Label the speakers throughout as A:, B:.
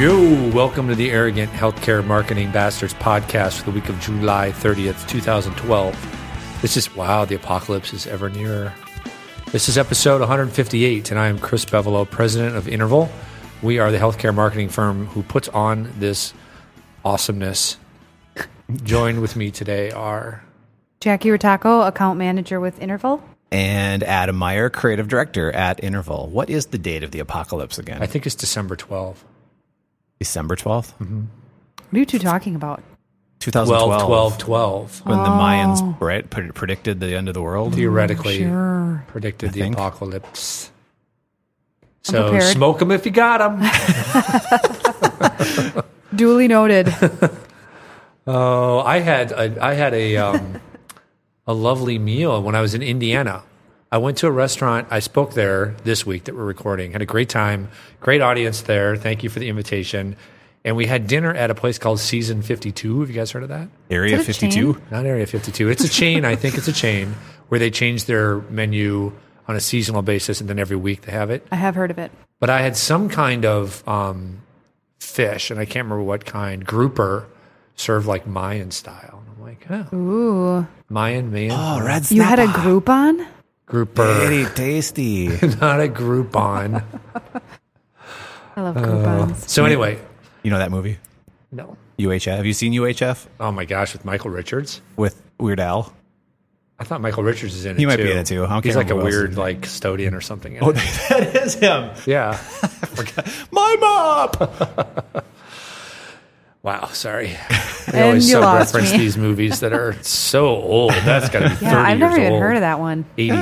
A: Yo, welcome to the Arrogant Healthcare Marketing Bastards podcast for the week of July 30th, 2012. This is, wow, the apocalypse is ever nearer. This is episode 158, and I am Chris Bevelo, president of Interval. We are the healthcare marketing firm who puts on this awesomeness. Joined with me today are
B: Jackie Rotaco, account manager with Interval.
C: and Adam Meyer, creative director at Interval. What is the date of the apocalypse again?
A: I think it's December 12th.
C: December 12th,
B: What are you two talking about?
C: 2012.
A: 12, 12, 12.
C: When
B: Oh.
C: the Mayans right, pre- predicted the end of the world.
A: Theoretically
B: Oh, Sure.
A: predicted the
C: think.
A: apocalypse. So
B: prepared.
A: smoke them if you got them.
B: Duly noted.
A: Oh, I had a, I had a um, a lovely meal when I was in Indiana. I went to a restaurant. I spoke there this week that we're recording. Had a great time, great audience there. Thank you for the invitation. And we had dinner at a place called Season Fifty Two. Have you guys heard of that?
C: Area
B: Is it a
C: 52.
B: chain?
A: Not Area Fifty Two. It's a chain. I think it's a chain where they change their menu on a seasonal basis, and then every week they have it
B: I have heard of it.
A: but I had some kind of um, fish, and I can't remember what kind. Grouper served like Mayan style. And I'm like, oh,
B: Ooh.
A: Mayan man
C: Oh, red
B: You had a
C: snapper.
B: Groupon?
A: grouper,
C: Very tasty.
A: not a Groupon.
B: I love Groupons.
A: so anyway,
C: you know that movie?
A: no.
C: UHF. Have you seen UHF
A: Oh my gosh, with Michael Richards.
C: with Weird Al?
A: I thought Michael Richards is in it.
C: He might
A: too.
C: be in it, too. I don't
A: He's
C: care
A: like a
C: who else is
A: weird
C: in it. Oh,
A: like custodian or something. in it.
C: that is him.
A: Yeah.
C: My mop.
A: Wow. Sorry. We
B: And
A: always
B: you lost
A: reference
B: me.
A: these movies that are so old. That's got to be 30
B: Yeah, I've never
A: years
B: even
A: old.
B: heard of that one.
A: 84,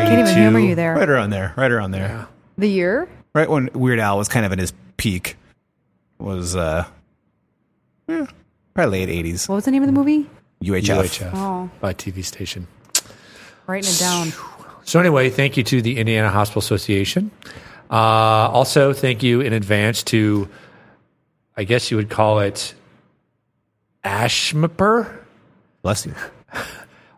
B: Can't even humor
A: 82.
B: you there.
C: Right around there. Right around there.
B: The year?
C: Right when Weird Al was kind of in his peak, was uh, eh, probably late 80s.
B: What was the name of the movie?
A: UHF
B: Oh.
A: by TV station.
B: Writing it down.
A: So anyway, thank you to the Indiana Hospital Association. Uh, also, thank you in advance to, I guess you would call it, ASHMPR,
C: Bless you.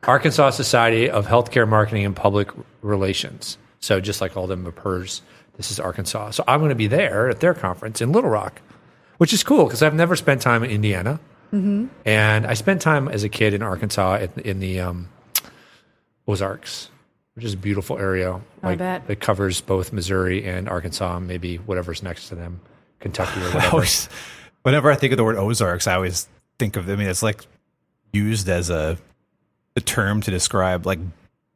A: Arkansas Society of Healthcare Marketing and Public Relations. So just like all the MPRs, this is Arkansas. So I'm going to be there at their conference in Little Rock, which is cool because I've never spent time in Indiana,
B: Mm-hmm.
A: and I spent time as a kid in Arkansas at, in the um, Ozarks, which is a beautiful area.
B: I bet.
A: that covers both Missouri and Arkansas, maybe whatever's next to them, Kentucky or
C: I
A: whatever.
C: always, whenever I think of the word Ozarks, I always think of. I mean, it's like used as a a term to describe like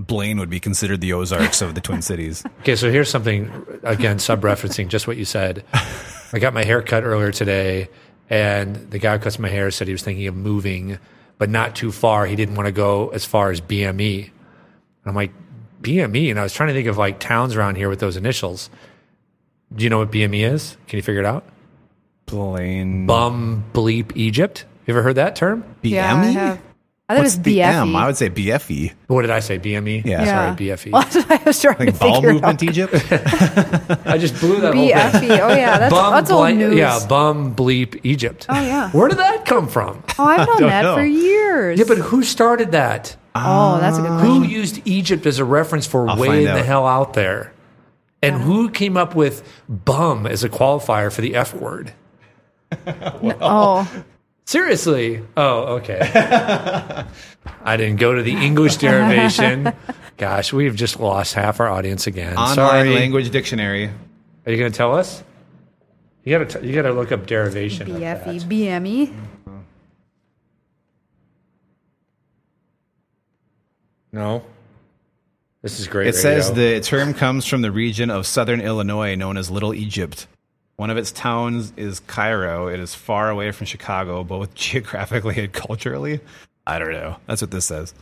C: Blaine would be considered the Ozarks of the Twin Cities.
A: Okay, so here's something again, sub referencing just what you said. I got my hair cut earlier today, and the guy who cuts my hair said he was thinking of moving, but not too far. He didn't want to go as far as BME. And I'm like, BME? And I was trying to think of like towns around here with those initials. Do you know what BME is? Can you figure it out?
C: Blaine
A: Bum bleep Egypt. You ever heard that term?
C: BME.
B: Yeah, I have. I thought
C: What's
B: it was E.
C: the
B: BFE.
C: M? I would say E. BFE.
A: What did I say? BME?
C: Yeah.
B: Yeah.
A: Sorry, E. BFE.
B: That's what I was trying to
C: Like ball
B: figure
C: movement Egypt.
A: I just blew that
B: out.
A: whole thing.
B: BFE. Oh, yeah. That's, that's old
A: blank-
B: news.
A: Yeah, bum bleep Egypt.
B: Oh, yeah.
A: Where did that come from?
B: Oh, I've known
C: Don't
B: that
C: know.
B: for years.
A: Yeah, but who started that?
B: oh, that's a good question.
A: Who used Egypt as a reference for
C: Um, I'll
A: way
C: find
A: the
C: out.
A: hell out there? And who came up with bum as a qualifier for the F word?
B: Oh,
A: Seriously? Oh, okay. I didn't go to the English derivation. Gosh, we have just lost half our audience again.
C: Online
A: Sorry.
C: language dictionary.
A: Are you going to tell us? You got to you got to look up derivation. of that.
B: BFE. BME.
A: No. This is great.
C: It says
A: radio.
C: the term comes from the region of southern Illinois known as Little Egypt. One of its towns is Cairo. It is far away from Chicago, both geographically and culturally. I don't know. That's what this says.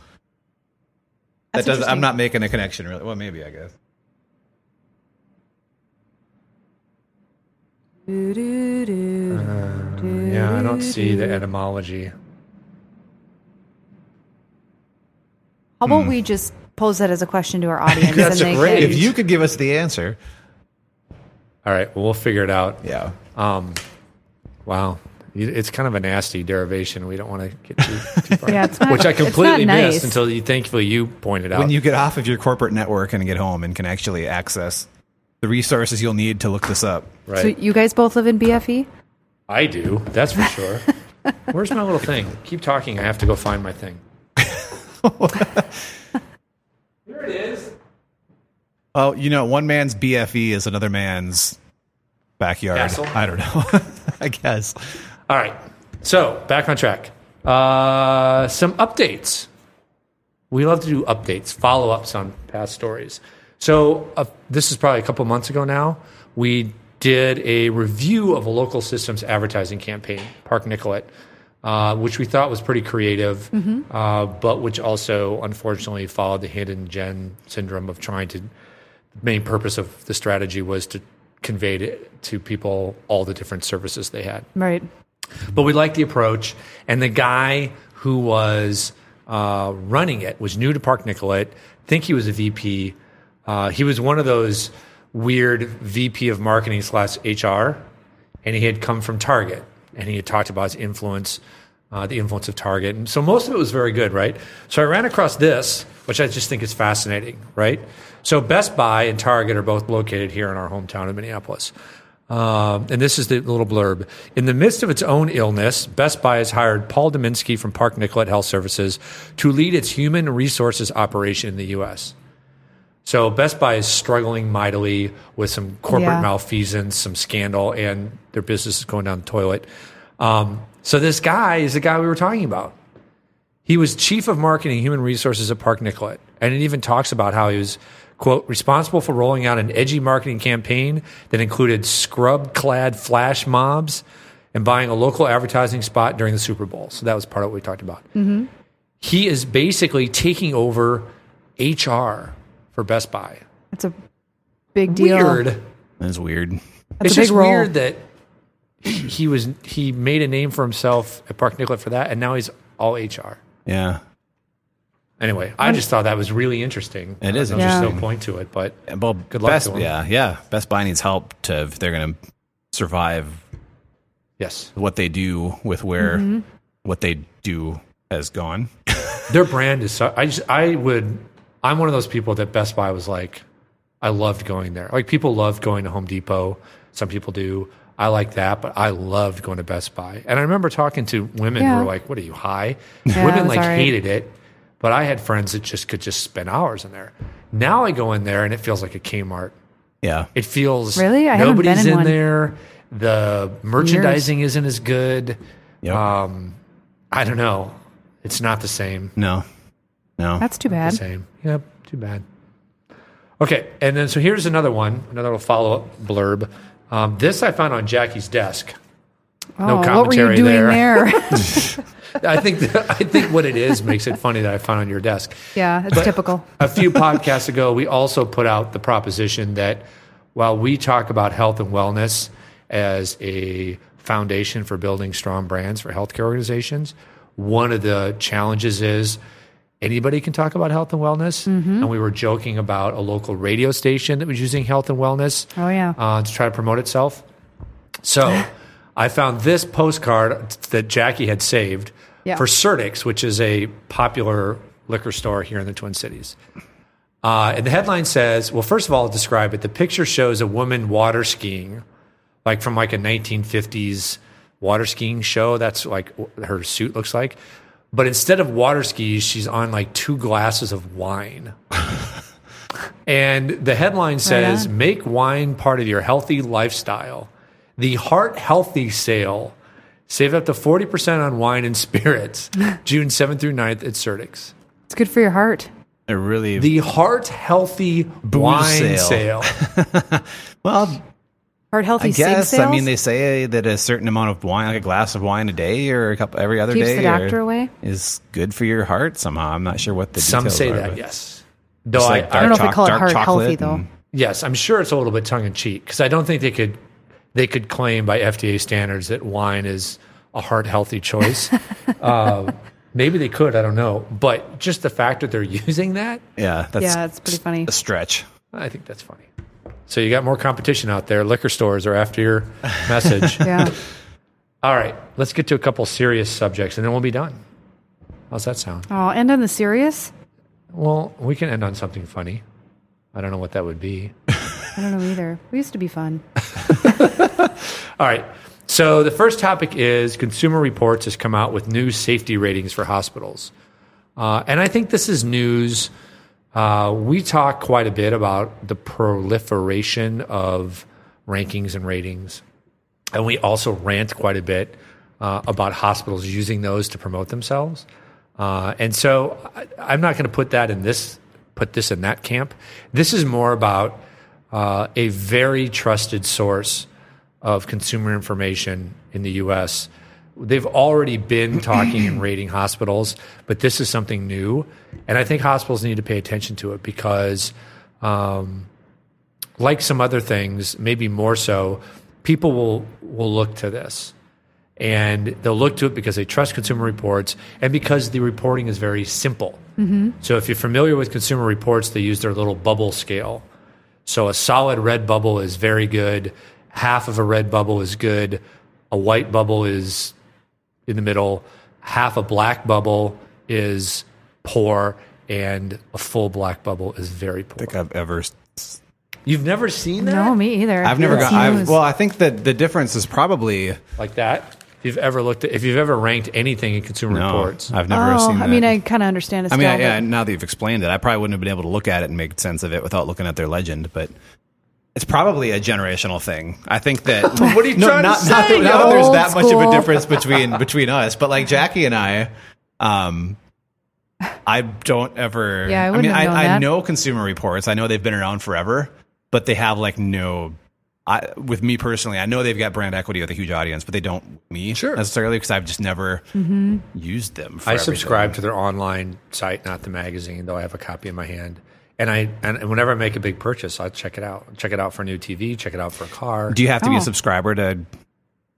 B: That's
C: that does.
B: interesting.
C: I'm not making a connection really. Well, maybe I guess.
B: Doo-doo-doo.
A: Yeah, I don't see the etymology.
B: How
C: Hmm.
B: about we just pose that as a question to our audience?
A: That's
B: and they
A: great.
B: Can,
C: If you could give us the answer,
A: All right, well, we'll figure it out.
C: yeah.
A: Um, wow. You- It's kind of a nasty derivation. We don't want to get too, too far.
B: Yeah, it's not-
A: Which I
B: it's not
A: completely
B: nice.
A: missed until you thankfully you pointed out.
C: When you get off of your corporate network and get home and can actually access the resources you'll need to look this up.
A: right.
B: So you guys both live in E? BFE?
A: I do. That's for sure. Where's my little thing? Keep talking. I have to go find my thing. Here it is.
C: Oh, you know, one man's BFE is another man's backyard.
A: Castle.
C: I don't know. I guess.
A: All right. So back on track. Uh, some updates. We love to do updates, follow ups on past stories. So uh, this is probably a couple months ago now. We did a review of a local systems advertising campaign, Park Nicolet, uh, which we thought was pretty creative, uh, but which also unfortunately followed the hidden gen syndrome of trying to main purpose of the strategy was to convey to, to people all the different services they had
B: Right.
A: but we liked the approach. And the guy who was uh, running it was new to Park Nicolet. Think he was a VP. Uh, he was one of those weird VP of marketing slash HR, and he had come from Target, and he had talked about his influence, uh, the influence of Target, and so most of it was very good, right? So I ran across this, which I just think is fascinating, right? So Best Buy and Target are both located here in our hometown of Minneapolis. Um, and this is the little blurb. In the midst of its own illness, Best Buy has hired Paul Dominski from Park Nicolet Health Services to lead its human resources operation in the U.S. So Best Buy is struggling mightily with some corporate
B: Yeah.
A: malfeasance, some scandal, and their business is going down the toilet. Um, so this guy is the guy we were talking about. He was chief of marketing and human resources at Park Nicolet. And it even talks about how he was, quote, responsible for rolling out an edgy marketing campaign that included scrub clad flash mobs and buying a local advertising spot during the Super Bowl. So that was part of what we talked about.
B: Mm-hmm.
A: He is basically taking over HR for Best Buy.
B: That's a big deal.
A: Weird.
C: That's weird.
A: it's
B: a big
A: just
B: role.
A: weird that he was he made a name for himself at Park Nicolet for that, and now he's all HR.
C: Yeah.
A: Anyway, I just thought that was really interesting.
C: It is
A: I know there's
B: interesting.
A: no point to it, but
C: And, Well,
A: Good luck
C: Best,
A: to 'em.
C: Yeah, yeah. Best Buy needs help to if they're going to survive
A: yes,
C: what they do with where
B: Mm-hmm.
C: what they do has gone.
A: their brand is. So, I just I would. I'm one of those people that Best Buy was like. I loved going there. Like people loved going to Home Depot. Some people do. I like that, but I loved going to Best Buy. And I remember talking to women who
B: Yeah.
A: were like, "What are you high?"
B: Yeah, it
A: women
B: was
A: like
B: all right.
A: hated it, but I had friends that just could just spend hours in there. Now I go in there and it feels like a Kmart.
C: Yeah.
A: It feels
B: Really? I haven't been
A: nobody's
B: in
A: in,
B: one.
A: there. The merchandising isn't as good.
C: Yep.
A: Um, I don't know. It's not the same.
C: no. No.
B: That's too
A: The
B: bad.
A: same. Yep. Too bad. Okay, and then so here's another one, another little follow up blurb. Um, this I found on Jackie's desk. No
B: oh, what were
A: commentary
B: you doing
A: there.
B: there?
A: I think that, I think what it is makes it funny that I found on your desk.
B: yeah, it's typical.
A: a few podcasts ago, we also put out the proposition that while we talk about health and wellness as a foundation for building strong brands for healthcare organizations, one of the challenges is anybody can talk about health and wellness.
B: Mm-hmm.
A: And we were joking about a local radio station that was using health and wellness
B: Oh, yeah.
C: um,
A: uh, to try to promote itself. So I found this postcard that Jackie had saved
B: Yeah.
A: for Certix, which is a popular liquor store here in the Twin Cities. Uh, and the headline says, well, first of all, I'll describe it. The picture shows a woman water skiing, like from like a 1950s water skiing show. That's like what her suit looks like. But instead of water skis, she's on like two glasses of wine. and the headline says,
B: on.
A: make wine part of your healthy lifestyle. The Heart Healthy sale. Save up to 40% on wine and spirits, June 7th through 9th at Certix
B: It's good for your heart.
C: it really
A: the heart healthy wine sale.
C: sale. Well,
B: Heart healthy.
C: I guess
B: Sig
C: I mean
B: sales?
C: they say that a certain amount of wine, like a glass of wine a day or a couple every other
B: Keeps
C: day
B: the doctor
C: or-
B: away?
C: is good for your heart somehow. I'm not sure what the
A: Some
C: details
A: say
C: are,
A: that,
C: but
A: yes. Though
C: it's
A: I,
C: like
A: I-
B: I don't know if they
C: dark
B: call it
C: choc-
B: heart
C: dark
B: healthy
C: chocolate
B: though.
C: and-
A: yes, I'm sure it's a little bit tongue in cheek because I don't think they could they could claim by FDA standards that wine is a heart healthy choice. uh, maybe they could, I don't know, but just the fact that they're using that,
C: yeah, that's
B: Yeah, it's pretty funny.
C: a stretch.
A: I think that's funny. So you got more competition out there. Liquor stores are after your message.
B: Yeah,
A: All right, let's get to a couple serious subjects and then we'll be done. How's that sound?
B: oh, and on the serious,
A: Well, we can end on something funny. I don't know what that would be.
B: I don't know either. We used to be fun.
A: All right. So the first topic is Consumer Reports has come out with new safety ratings for hospitals. Uh, and I think this is news. Uh, we talk quite a bit about the proliferation of rankings and ratings. And we also rant quite a bit uh, about hospitals using those to promote themselves. Uh, and so I, I'm not going to put that in this, put this in that camp. This is more about uh, a very trusted source of consumer information in the US. They've already been talking and rating hospitals, but this is something new. And I think hospitals need to pay attention to it because like some other things, maybe more so, people will will look to this. And they'll look to it because they trust consumer reports and because the reporting is very simple. So, if you're familiar with consumer reports, they use their little bubble scale. So, a solid red bubble is very good, half of a red bubble is good, a white bubble is in the middle, half a black bubble is poor, and a full black bubble is very poor.
C: I think I've ever. s-
A: You've never seen that?
B: No, me either.
C: I've never
B: That's
C: got. I've,
B: news.
C: well, I think that the difference is probably
A: like that. If you've ever looked at, if you've ever ranked anything in Consumer
C: no.
A: Reports,
C: I've never
B: oh,
C: seen. That.
B: I mean, I kind of understand it.
C: I
B: Still,
C: mean, I-
B: but-
C: yeah. Now that you've explained it, I probably wouldn't have been able to look at it and make sense of it without looking at their legend. But it's probably a generational thing. I think that.
A: What are you trying to
C: not,
A: say,
C: Not that, not that there's
B: old
C: that much of a
B: school?
C: difference between between us, but like Jackie and I, um, I don't ever.
B: Yeah, I
C: mean,
B: wouldn't have known
C: I, I
B: that.
C: know Consumer Reports. I know they've been around forever, but they have like no. I, with me personally, I know they've got brand equity with a huge audience, but they don't me
A: Sure.
C: necessarily because I've just never
B: Mm-hmm.
C: used them. For
A: I
C: everything.
A: subscribe to their online site, not the magazine, though I have a copy in my hand. And I and and whenever I make a big purchase, I check it out. Check it out for a new TV. Check it out for a car.
C: Do you have to be a
B: Oh.
C: subscriber to,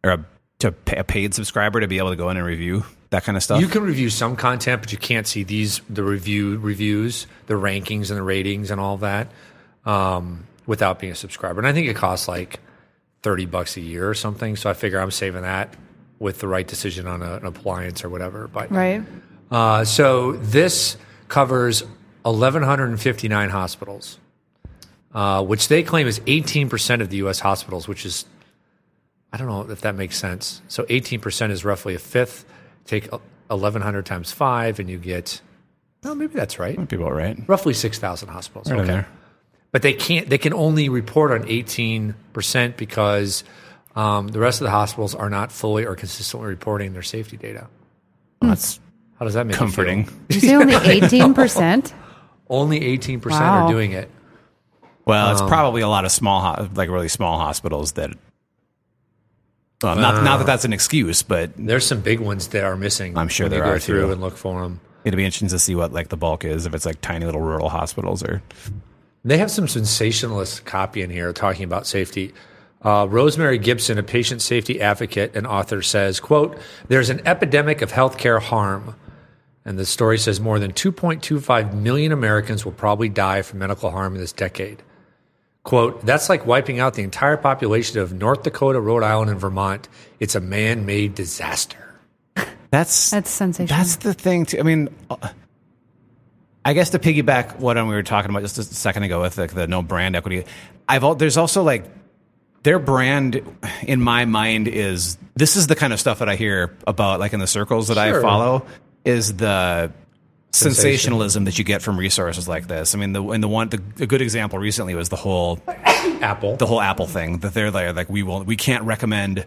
C: or a, to pay, a paid subscriber to be able to go in and review that kind of stuff?
A: You can review some content, but you can't see these the review reviews, the rankings and the ratings and all that um, without being a subscriber. And I think it costs like thirty bucks a year or something. So I figure I'm saving that with the right decision on a, an appliance or whatever. But
B: right.
A: Uh, so this covers 1,159 hospitals, uh, which they claim is 18% of the U.S. hospitals, which is, I don't know if that makes sense. So 18% is roughly a fifth. Take 1,100 times five, and you get, no, maybe that's right.
C: That'd be about right.
A: Roughly 6,000 hospitals.
C: in
A: okay.
C: there.
A: But they can't, they can only report on 18% because um, the rest of the hospitals are not fully or consistently reporting their safety data.
C: That's
A: How does that make you feel?
C: comforting.
B: You say only eighteen percent.
A: Only 18%
B: Wow.
A: are doing it.
C: Well, it's probably a lot of small, ho- like really small hospitals that. Well, not, not that that's an excuse, but
A: There's some big ones that are missing.
C: I'm sure
A: when you
C: there
A: go
C: are,
A: through
C: too.
A: and look for them.
C: it'd be interesting to see what like the bulk is if it's like tiny little rural hospitals or.
A: They have some sensationalist copy in here talking about safety. Uh, Rosemary Gibson, a patient safety advocate and author, says, "quote There's an epidemic of healthcare harm." And the story says more than 2.25 million Americans will probably die from medical harm in this decade. Quote, that's like wiping out the entire population of North Dakota, Rhode Island, and Vermont. It's a man made disaster.
C: That's
B: That's sensational.
C: That's the thing. Too. I mean, uh, I guess to piggyback what um, we were talking about just a second ago with like the no brand equity, I've all, there's also like their brand in my mind is this is the kind of stuff that I hear about like in the circles that I
A: Sure.
C: follow is the sensationalism that you get from resources like this. I mean, the and the one the, a good example recently was the whole
A: Apple.
C: the whole Apple thing that they're like, like we will we can't recommend.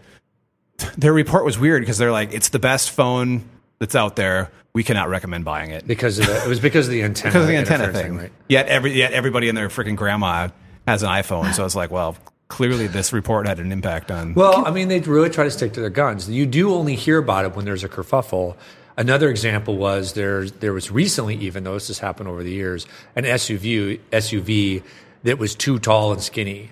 C: Their report was weird because they're like, it's the best phone that's out there. We cannot recommend buying it
A: because of the, it was because of the antenna.
C: because of the antenna
A: interference
C: thing.
A: right?
C: Yet every yet everybody and their freaking grandma has an iPhone, so it's like, well, clearly this report had an impact on.
A: Well, I mean, they really try to stick to their guns. You do only hear about it when there's a kerfuffle. Another example was there. There was recently, even though this has happened over the years, an SUV SUV that was too tall and skinny,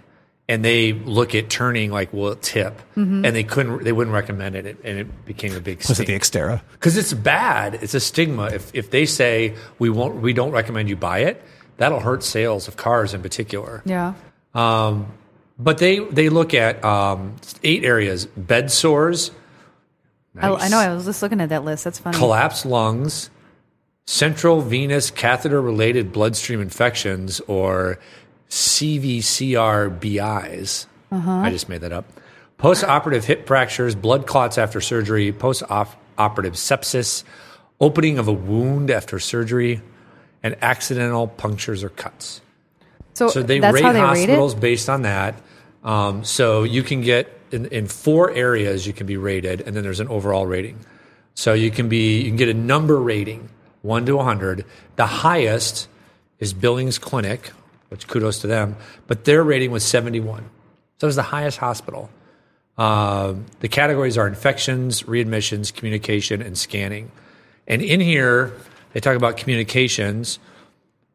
A: and they look at turning like will it tip, and they couldn't. They wouldn't recommend it, and it became a big.
C: was it
A: stink.
C: the Xterra?
A: because it's bad. It's a stigma. If if they say we won't, we don't recommend you buy it, that'll hurt sales of cars in particular.
B: yeah.
A: But they they look at um, eight areas: bed sores,
B: I, I know. I was just looking at that list. That's funny.
A: collapsed lungs, central venous catheter related bloodstream infections, or CVCRBIs. I just made that up. post operative hip fractures, blood clots after surgery, post operative sepsis, opening of a wound after surgery, and accidental punctures or cuts.
B: So,
A: So they
B: that's
A: rate
B: how they
A: hospitals
B: rate
A: based on that. Um, so you can get in, in four areas you can be rated, and then there's an overall rating. So you can be you can get a number rating one to hundred. The highest is Billings Clinic, which kudos to them, but their rating was seventy one. So it was the highest hospital. Um, the categories are infections, readmissions, communication, and scanning. And in here, they talk about communications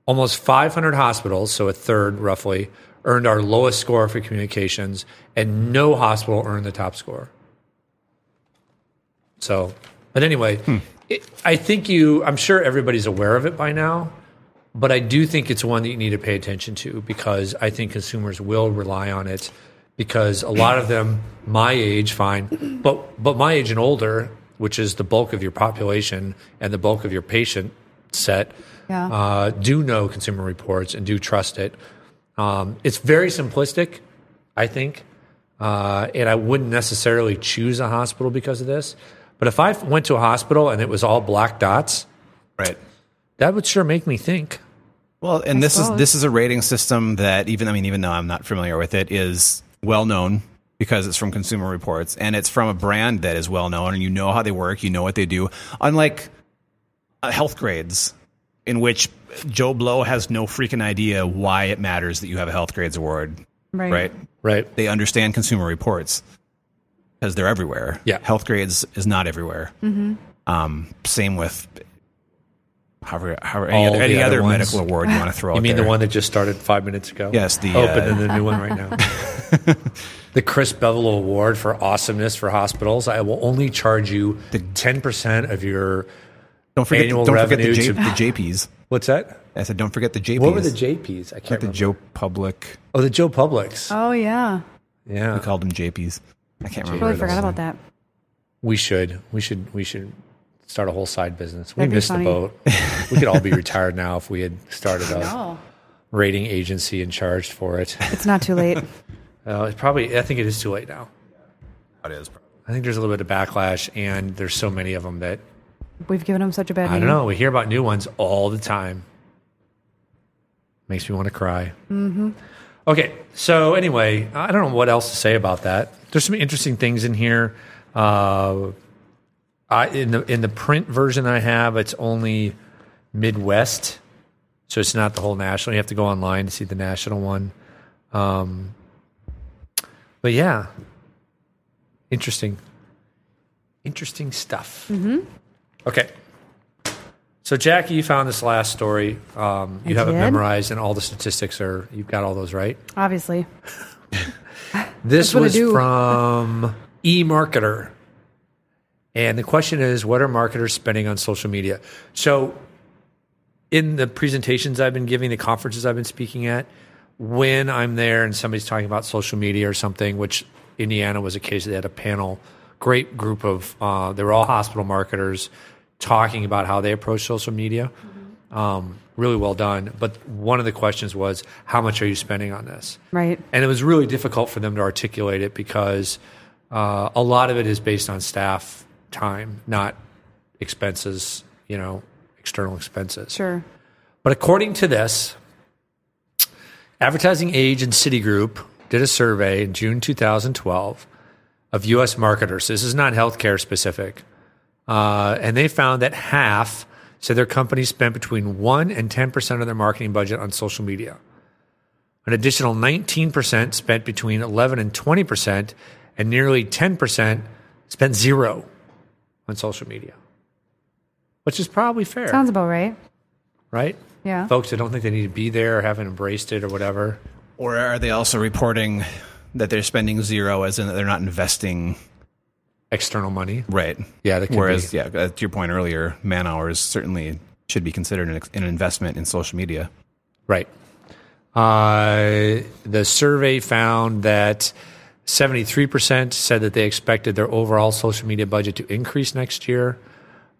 A: almost 500 hospitals, so a third roughly, earned our lowest score for communications, and no hospital earned the top score. So, but anyway, it, I think you, I'm sure everybody's aware of it by now, but I do think it's one that you need to pay attention to because I think consumers will rely on it because a lot of them, my age, fine, but, but my age and older, which is the bulk of your population and the bulk of your patient set,
B: Yeah.
A: uh, do know consumer reports and do trust it. Um, it's very simplistic, I think, uh, and I wouldn't necessarily choose a hospital because of this. But if I went to a hospital and it was all black dots,
C: Right.
A: that would sure make me think.
C: Well, and this is
B: suppose.
C: this is a rating system that even I mean even though I'm not familiar with it is well known because it's from Consumer Reports and it's from a brand that is well known and you know how they work, you know what they do. Unlike uh, health grades in which Joe Blow has no freaking idea why it matters that you have a health grades award,
B: Right.
C: right?
A: Right.
C: They understand Consumer Reports because they're everywhere.
A: Yeah.
C: health grades is not everywhere. Um, same with however, however any
A: All
C: other,
A: the
C: any
A: other
C: other
A: ones.
C: medical award you want to throw.
A: You
C: out
A: mean
C: there.
A: the one that just started five minutes ago?
C: Yes, the,
A: oh,
C: uh,
A: but then the new one right now. the Chris Bevel Award for awesomeness for hospitals. I will only charge you ten percent of your.
C: Don't forget,
A: Annual
C: don't forget the,
A: revenue
C: J,
A: to-
C: the JPs.
A: What's that?
C: I said, don't forget the JPs.
A: What were the JPs? I can't
C: The
A: remember.
C: Joe Public.
A: oh, the Joe Publix.
B: Oh yeah,
A: yeah.
C: We called them JPs. I can't remember.
B: totally
C: those.
B: forgot about that.
A: We should. We should. We should start a whole side business. we
B: That'd be
A: missed the
B: funny.
A: boat. we could all be retired now if we had started a
B: No,
A: rating agency and charged for it.
B: it's not too late.
A: Uh, it's probably. I think it is too late now.
C: It is.
A: I think there's a little bit of backlash, and there's so many of them that
B: We've given him such a bad
A: I
B: name.
A: don't know. We hear about new ones all the time. Makes me want to cry. Mm-hmm. Okay. So, anyway, I don't know what else to say about that. There's some interesting things in here. Uh, I, in, the, in the print version I have, it's only Midwest. So, it's not the whole national. You have to go online to see the national one. Um, but yeah, interesting. Interesting stuff.
B: Mm-hmm.
A: Okay. So, Jackie, you found this last story. Um, you
B: I
A: have it
B: did.
A: memorized, and all the statistics are, you've got all those right.
B: Obviously,
A: This
B: That's what I
A: was
B: do.
A: from eMarketer. And the question is what are marketers spending on social media? So, in the presentations I've been giving, the conferences I've been speaking at, when I'm there and somebody's talking about social media or something, which Indiana was a case, they had a panel, great group of, uh, they were all hospital marketers talking about how they approach social media.
B: Mm-hmm.
A: Um, really well done. But one of the questions was, how much are you spending on this?
B: right?
A: and it was really difficult for them to articulate it because uh, a lot of it is based on staff time, not expenses, you know, external expenses.
B: Sure.
A: But according to this, Advertising Age and Citigroup did a survey in June 2012 of U.S. marketers. This is not healthcare specific. Uh, and they found that half said their company spent between 1 and 10% of their marketing budget on social media. An additional 19% spent between 11 and 20%, and nearly 10% spent zero on social media, which is probably fair
B: Sounds about right.
A: right?
B: Yeah.
A: Folks that don't think they need to be there or haven't embraced it or whatever.
C: Or are they also reporting that they're spending zero, as in that they're not investing?
A: External money.
C: Right.
A: Yeah, that could
C: Whereas,
A: be.
C: yeah, uh, to your point earlier, man hours certainly should be considered an, ex- an investment in social media.
A: Right. Uh, the survey found that 73% said that they expected their overall social media budget to increase next year.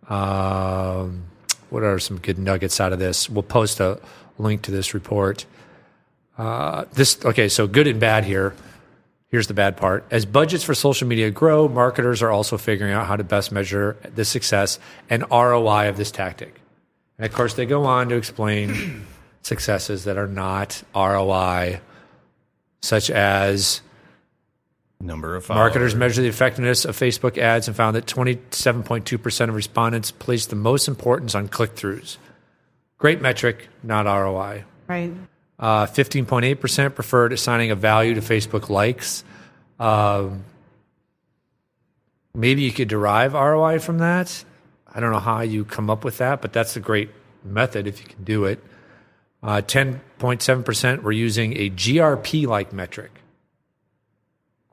A: Um, what are some good nuggets out of this? We'll post a link to this report. Uh, this okay, so good and bad here. Here's the bad part. As budgets for social media grow, marketers are also figuring out how to best measure the success and ROI of this tactic. And of course, they go on to explain successes that are not ROI, such as
C: Number of uh, followers.
A: Marketers measured the effectiveness of Facebook ads and found that 27.2% of respondents placed the most importance on click throughs. Great metric, not ROI.
B: Right.
A: Uh, 15.8% preferred assigning a value to Facebook likes. Um, maybe you could derive ROI from that. I don't know how you come up with that, but that's a great method if you can do it. Uh, 10.7% were using a GRP like metric,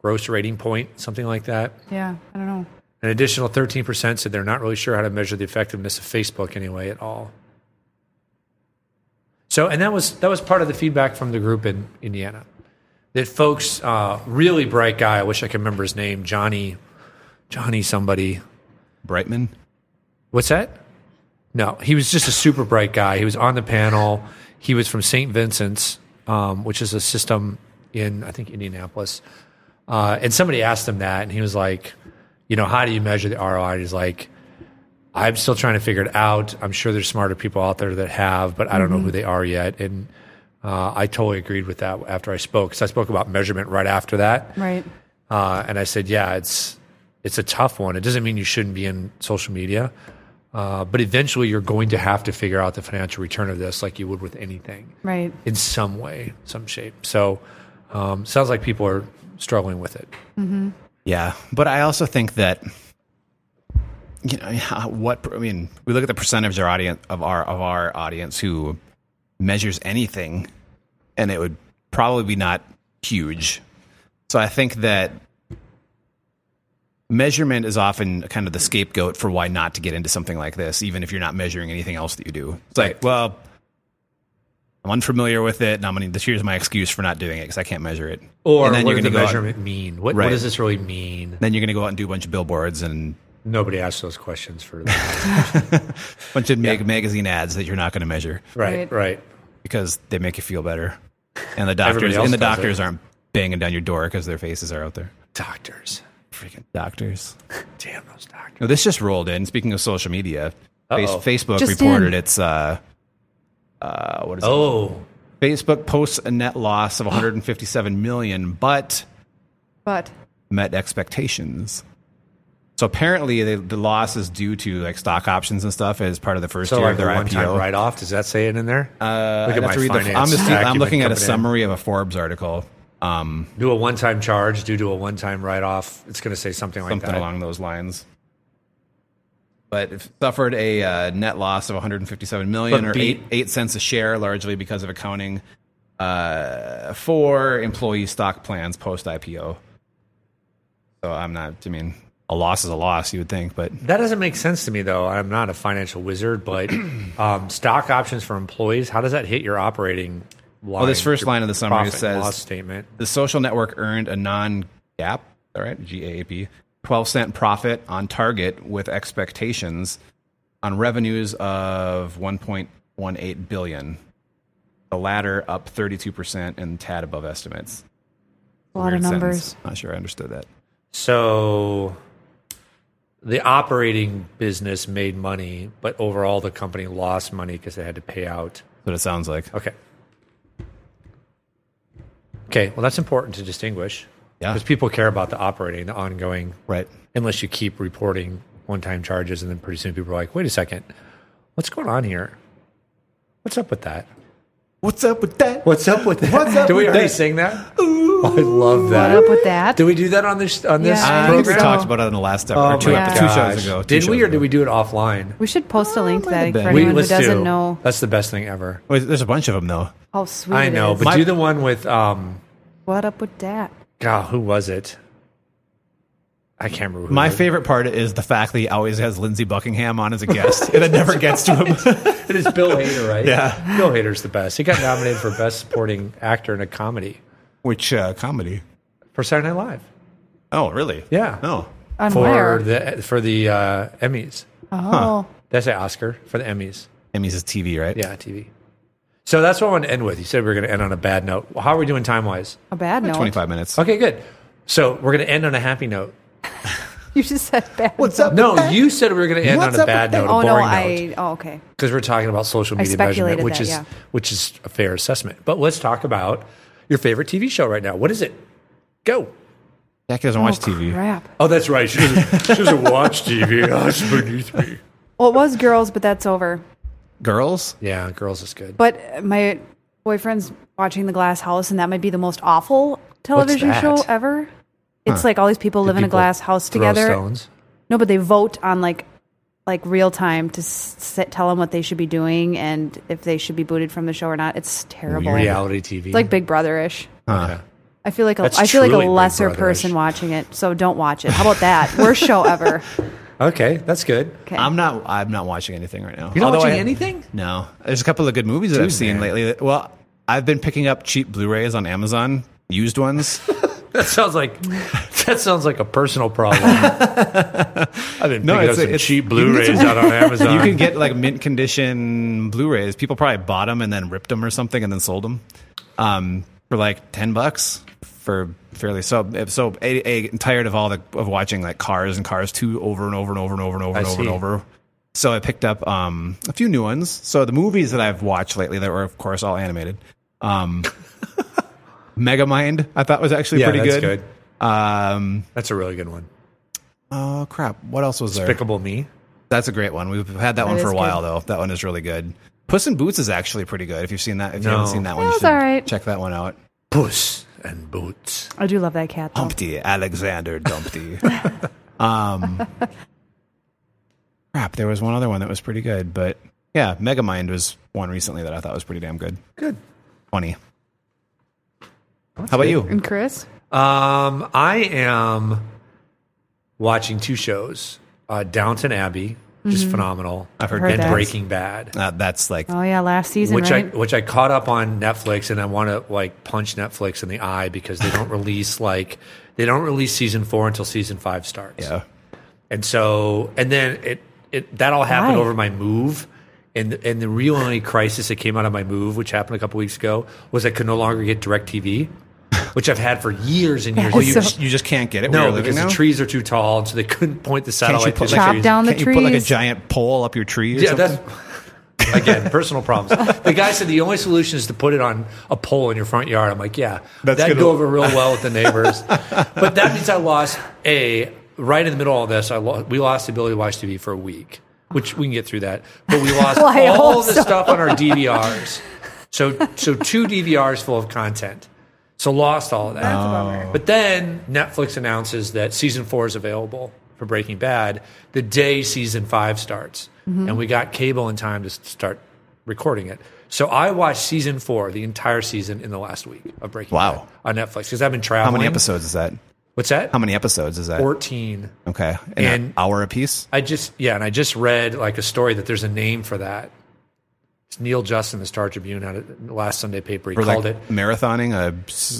A: gross rating point, something like that.
B: Yeah. I don't know.
A: An additional 13% said they're not really sure how to measure the effectiveness of Facebook anyway at all. So, and that was that was part of the feedback from the group in Indiana that folks, uh, really bright guy. I wish I could remember his name, Johnny, Johnny somebody.
C: Brightman.
A: What's that? No, he was just a super bright guy. He was on the panel. He was from St. Vincent's, um, which is a system in, I think, Indianapolis. Uh, and somebody asked him that, and he was like, you know, how do you measure the ROI? And he's like, I'm still trying to figure it out. I'm sure there's smarter people out there that have, but I don't know who they are yet. And uh, I totally agreed with that after I spoke, because I spoke about measurement right after that.
B: Right.
A: Uh, and I said, yeah, it's it's a tough one. It doesn't mean you shouldn't be in social media, uh, but eventually you're going to have to figure out the financial return of this, like you would with anything,
B: Right.
A: in some way, some shape. So, um, sounds like people are struggling with it.
C: Yeah, but I also think that you know how- what per- I mean. We look at the percentage of our audience of our of our audience who measures anything, and it would probably be not huge. So I think that measurement is often kind of the scapegoat for why not to get into something like this, even if you're not measuring anything else that you do. It's like, well, I'm unfamiliar with it, and I'm gonna, this here's my excuse for not doing it because I can't measure it.
A: Or
C: and then
A: what
C: you're
A: does the
C: gonna go out,
A: measurement mean? What,
C: Right.
A: what does this really mean?
C: then you're going to go out and do a bunch of billboards and
A: Nobody asked those questions for that.
C: bunch of mag- magazine ads that you're not going to measure
A: right,
B: Right.
A: right.
C: because they make you feel better, and the doctors
A: Everybody else
C: and the
A: does
C: doctors
A: it.
C: aren't banging down your door because their faces are out there.
A: Doctors.
C: Freaking doctors!
A: Damn those doctors.
C: No, this just rolled in. Speaking of social media, face-
A: Uh-oh.
C: Facebook
B: Just
C: reported
B: in.
C: its uh, uh, what is it?
A: Oh,
C: Facebook posts a net loss of 157 million, but
B: But
C: met expectations. So apparently, the, the loss is due to like stock options and stuff as part of the first
A: so
C: year
A: like
C: of their
A: the one time
C: IPO.
A: write off. Does that say it in there? Look
C: Uh,
A: at
C: I'd have
A: my
C: to read the-
A: finance
C: I'm, just, I'm
A: acumen
C: looking at a
A: coming in.
C: summary of a Forbes article, um,
A: do a one time charge, do do a one time write off. It's going to say something like
C: something
A: that.
C: along those lines. But it suffered a uh, net loss of 157 million,
A: But
C: or
A: beat-
C: eight, eight cents a share, largely because of accounting uh, for employee stock plans post IPO. So I'm not. I mean, a loss is a loss, you would think, but
A: That doesn't make sense to me, though. I'm not a financial wizard, but um, stock options for employees, how does that hit your operating line?
C: well, this first
A: your
C: line of the summary
A: profit and
C: says
A: loss statement.
C: the social network earned a non-GAAP, all right, GAAP, 12 cent profit on target with expectations on revenues of 1.18 billion. The latter up 32% and tad above estimates.
B: a lot of
C: Weird sentence.
B: numbers.
C: Not sure I understood that.
A: So the operating business made money, but overall the company lost money because they had to pay out.
C: That's what it sounds like.
A: Okay. Okay. Well, that's important to distinguish.
C: Yeah.
A: Because people care about the operating, the ongoing
C: Right.
A: unless you keep reporting one time charges and then pretty soon people are like, wait a second, what's going on here? What's up with that?
C: What's up with that?
A: What's up with that?
C: What's up
A: do we
C: with
A: already
C: that?
A: sing that? Oh, I love that.
B: What up with that?
A: Did we do that on this on this
B: Yeah.
C: I
B: Uh,
C: think we
A: program?
C: talked about it in the last episode,
A: Oh
C: or two,
A: my
B: ep-
C: two
A: gosh.
C: shows ago. two
A: Did we
C: shows
A: or did
C: ago.
A: we do it offline?
B: We should post a link to
A: Oh,
C: might
B: that
C: have been.
B: for
C: We-
B: anyone who
A: let's
B: doesn't
A: do.
B: know
A: That's the best thing ever.
C: Wait, there's a bunch of them though.
B: how sweet
A: I know,
B: it is.
A: but do the one with um
B: what up with that?
A: God, who was it? I can't remember. Who
C: My
A: it was.
C: favorite part is the fact that he always has Lindsey Buckingham on as a guest, and it never gets to him.
A: It is Bill Hader, right?
C: Yeah.
A: Bill Hader's the best. He got nominated for Best Supporting Actor in a Comedy
C: Which uh, comedy?
A: for Saturday Night Live.
C: Oh, really?
A: Yeah.
C: Oh,
B: On
A: for
B: where?
A: the for the uh, Emmys.
B: oh,
A: That's an Oscar for the Emmys.
C: Emmy's is TV, right?
A: Yeah, TV. So that's what I want to end with. You said we were going to end on a bad note. How are we doing time wise?
B: a bad note.
C: Twenty-five minutes.
A: Okay, good. So we're going to end on a happy note.
B: You just said bad.
C: What's up? with
A: No,
C: that?
A: you said we were going to end
C: What's
A: on a
C: up
A: bad
C: with that?
A: note,
B: Oh
A: a
B: no,
A: boring
B: I. Oh okay.
A: because we're talking about social media measurement,
B: speculated
A: which
B: that,
A: is
B: yeah.
A: which is a fair assessment. But let's talk about your favorite TV show right now. What is it? Go.
C: Jackie doesn't watch TV.
B: Crap.
A: Oh, that's right. She doesn't, she doesn't watch TV. Oh, it's beneath me.
B: Well, it was girls, but that's over.
C: Girls?
A: Yeah, girls is good.
B: But my boyfriend's watching The Glass House, and that might be the most awful television
A: that?
B: show ever. It's like all these people live in a
A: people
B: glass house
A: throw
B: together.
A: Stones.
B: No, but they vote on like like real time to s- sit, tell them what they should be doing and if they should be booted from the show or not. It's terrible.
C: Weird.
B: It's
A: Reality TV.
B: like Big Brother ish.
A: Okay.
B: I feel like a,
A: That's
B: I feel like
A: truly
B: a
A: Big
B: lesser
A: Brother-ish.
B: person watching it, so don't watch it. How about that? Worst show ever.
A: okay, that's good.
B: Okay.
C: I'm not. I'm not watching anything right now.
A: You're not
C: Although
A: watching
C: I-
A: anything?
C: No. There's a couple of good movies that I've seen
A: man.
C: lately. That, well, I've been picking up cheap Blu-rays on Amazon, used ones.
A: That sounds like that sounds like a personal problem. I've been picking
C: No,
A: up
C: it's a-
A: some
C: it's-
A: cheap
C: you can get
A: Blu-rays
C: some-
A: out on Amazon.
C: you can get like mint condition Blu-rays. People probably bought them and then ripped them or something and then sold them um, for like ten bucks for fairly so so a, a, tired of all the of watching like Cars and Cars two over and over and over and over and over
A: I
C: and over and
A: see.
C: over. So I picked up um, a few new ones. So the movies that I've watched lately that were of course all animated. Um, Megamind I thought was actually
A: Yeah,
C: pretty
A: that's
C: good. Um,
A: That's a really good one.
C: oh crap! What else was there?
A: Pickable me.
C: That's a great one. We've had that, one
B: That
C: for a
B: is
C: while though. That one is really good. Puss in Boots is actually pretty good. If you've seen that, if you
A: No.
C: haven't seen that one, you
B: was
C: should
B: alright.
C: check that one out.
A: Puss and boots.
B: I do love that cat. Though.
C: Humpty, Alexander Dumpty. um, crap. There was one other one that was pretty good, but yeah, Megamind was one recently that I thought was pretty damn good.
A: Good.
C: Funny. How about you?
B: And Chris,
A: Um, I am watching two shows: uh, Downton Abbey, just phenomenal. I've
C: heard
A: and
B: Mm-hmm. that.
A: Breaking Bad,
C: Uh, that's like
B: oh yeah, last season,
A: which
B: right?
A: I which I caught up on Netflix, and I want to like punch Netflix in the eye because they don't release like they don't release season four until season five starts.
C: yeah.
A: And so, and then it, it that all happened
B: Why?
A: over my move. And, and the real only crisis that came out of my move, which happened a couple weeks ago, was I could no longer get DirecTV, which I've had for years and years.
B: Oh,
A: and
C: You
B: So-
A: years.
C: just, you just can't get it. where
A: no,
C: you're living
A: because the
C: now?
A: trees are too tall, and so they couldn't point the
C: Can't you
A: satellite.
C: put
A: to
C: like
B: Chop
A: trees.
B: down the
C: can't you put like a
B: trees.
C: giant pole up your tree? Or
A: Yeah,
C: something?
A: that's again personal problems. The guy said the only solution is to put it on a pole in your front yard. I'm like, yeah,
C: That's
A: that'd
C: gonna-
A: go over real well with the neighbors. but that means I lost a right in the middle of all this. I lo- we lost the ability to watch TV for a week, which we can get through that. But we lost
B: Well, I
A: all
B: hope
A: the
B: so.
A: stuff on our DVRs. So so two DVRs full of content. So lost all of that.
C: Oh.
A: But then Netflix announces that season four is available for Breaking Bad the day season five starts. And we got cable in time to s- start recording it. So I watched season four, the entire season, in the last week of Breaking Bad
C: Wow.
A: on Netflix because I've been traveling.
C: How many episodes is that?
A: What's that?
C: How many episodes is that?
A: 14.
C: Okay. And
A: And-
C: an hour a piece?
A: I just, yeah, and I just read like a story that there's a name for that. It's Neil Justin, the Star Tribune, had it last Sunday paper. He
C: Or
A: called
C: like
A: it
C: marathoning a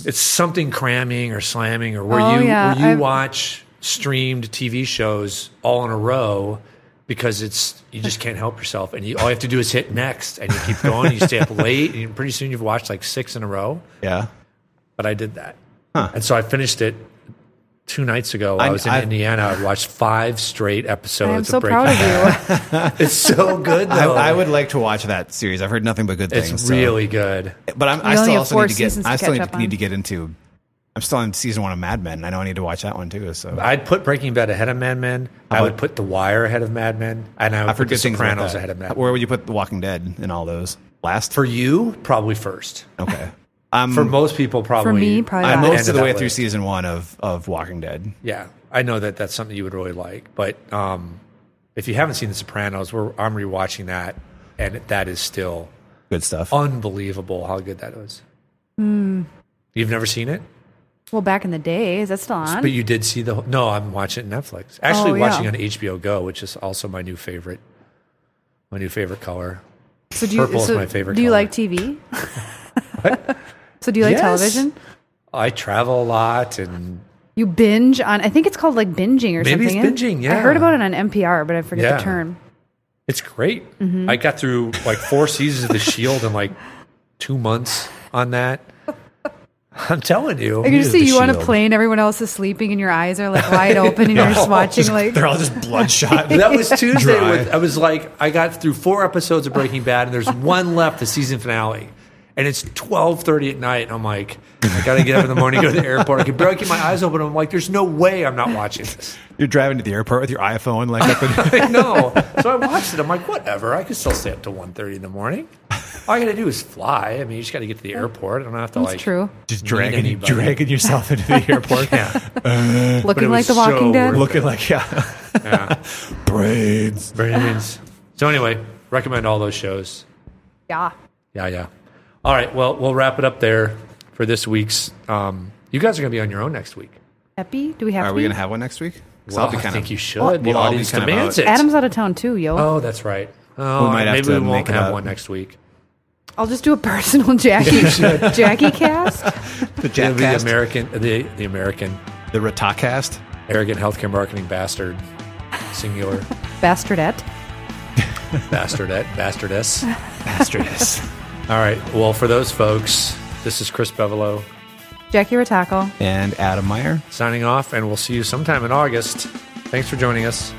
A: it's something cramming or slamming or where
B: Oh,
A: you
B: yeah.
A: where you
B: I've-
A: watch streamed TV shows all in a row because it's you just can't help yourself and you all you have to do is hit next and you keep going you stay up late and pretty soon you've watched like six in a row
C: yeah.
A: but I did that and so I finished it two nights ago while I,
C: I-
A: was in
C: I-
A: Indiana I watched five straight episodes
B: I am
A: of
B: so
A: Breaking
B: proud of
A: Bad.
B: you.
A: it's so good though
C: I, I would like to watch that series. I've heard nothing but good
A: it's
C: things. so-
A: really good
C: but I'm, I
B: You only
C: still
B: have
C: also
B: four
C: need to get.
B: seasons to
C: I still
B: catch
C: need
B: up
C: to, need
B: on.
C: to get into. I'm still in season one of Mad Men. I know I need to watch that one too. So
A: I'd put Breaking Bad ahead of Mad Men I would put The Wire ahead of Mad Men and I would
C: Uh-huh.
A: put
C: I've heard
A: The
C: good things. about
A: Sopranos
C: that.
A: ahead of Mad Men
C: Where would you put The Walking Dead and all those? Last
A: For you, probably first.
C: okay. I'm
A: For most people, probably.
B: For me, probably
A: I'm
B: not.
A: most
C: most
A: end
C: of the way through
A: season.
C: season one of of Walking Dead.
A: Yeah, I know that that's something you would really like. But um, if you haven't seen The Sopranos, we're, I'm rewatching that, and that is still
C: Good stuff.
A: unbelievable how good that was.
B: Hmm.
A: You've never seen it,
B: well, back in the day, is that still on?
A: but you did see the. whole- No, I'm watching it on Netflix. Actually,
B: Oh, yeah.
A: watching on HBO Go, which is also my new favorite. My new favorite color.
B: So do
A: Purple is my favorite
B: Do you
A: color.
B: like TV? so do you like
A: Yes.
B: television?
A: I travel a lot, and
B: You binge on. I think it's called like binging or
A: Maybe it's
B: something.
A: binging, yeah.
B: I heard about it on NPR, but I forget
A: Yeah.
B: the term.
A: It's great.
B: Mm-hmm.
A: I got through like four seasons of The Shield in like two months on that. I'm telling you.
B: I can just
C: is
B: see
C: the
B: you on a
C: shield.
B: plane. Everyone else is sleeping, and your eyes are like wide open, and you're just watching like
C: They're all just bloodshot.
A: That was Tuesday.
C: Dry.
A: With, I was like, I got through four episodes of Breaking Bad, and there's one left, the season finale, and it's twelve thirty at night, and I'm like, I gotta get up in the morning, go to the airport. I can barely keep my eyes open. I'm like, there's no way I'm not watching this.
C: You're driving to the airport with your iPhone, like up in-
A: I know. So I watched it. I'm like, whatever. I could still stay up till 1.30 in the morning. All I gotta do is fly. I mean, you just gotta get to the airport. I don't have to
B: that's
A: like.
B: true.
C: just
A: Meet
C: dragging,
A: anybody.
C: dragging yourself into the airport,
A: Yeah.
B: Looking
A: was
B: like The Walking
A: so
B: Dead.
A: worth
C: looking like yeah,
A: yeah.
C: braids.
A: Brains. So anyway, recommend all those shows.
B: Yeah.
A: Yeah, yeah. All right. Well, we'll wrap it up there for this week's. Um, you guys are going to be on your own next week.
B: Epi? Do we have?
C: Are
B: to
C: we
B: be?
C: gonna have one next week? 'Cause I'll
A: Well,
C: be
A: I
C: kind
A: think
C: of-
A: you should.
C: We'll
A: the
C: all be
A: audience
C: kind of
A: demands
C: out.
A: it.
B: Adam's out of town too, yo.
A: oh, that's right. Oh,
C: We might have
A: maybe we
C: to
A: won't
C: make it
A: have
C: up.
A: one next week.
B: I'll just do a personal Jackie Jackie cast.
C: the
A: It'll be the
C: Jackcast,
A: American, the, the American
C: the Ratacast.
A: arrogant healthcare marketing bastard, singular
B: Bastardette.
A: bastardette, bastardess.
C: Asterisk.
A: All right. Well, for those folks, this is Chris Bevelo
B: Jackie Rotaco.
C: and Adam Meyer.
A: signing off, and we'll see you sometime in August. Thanks for joining us.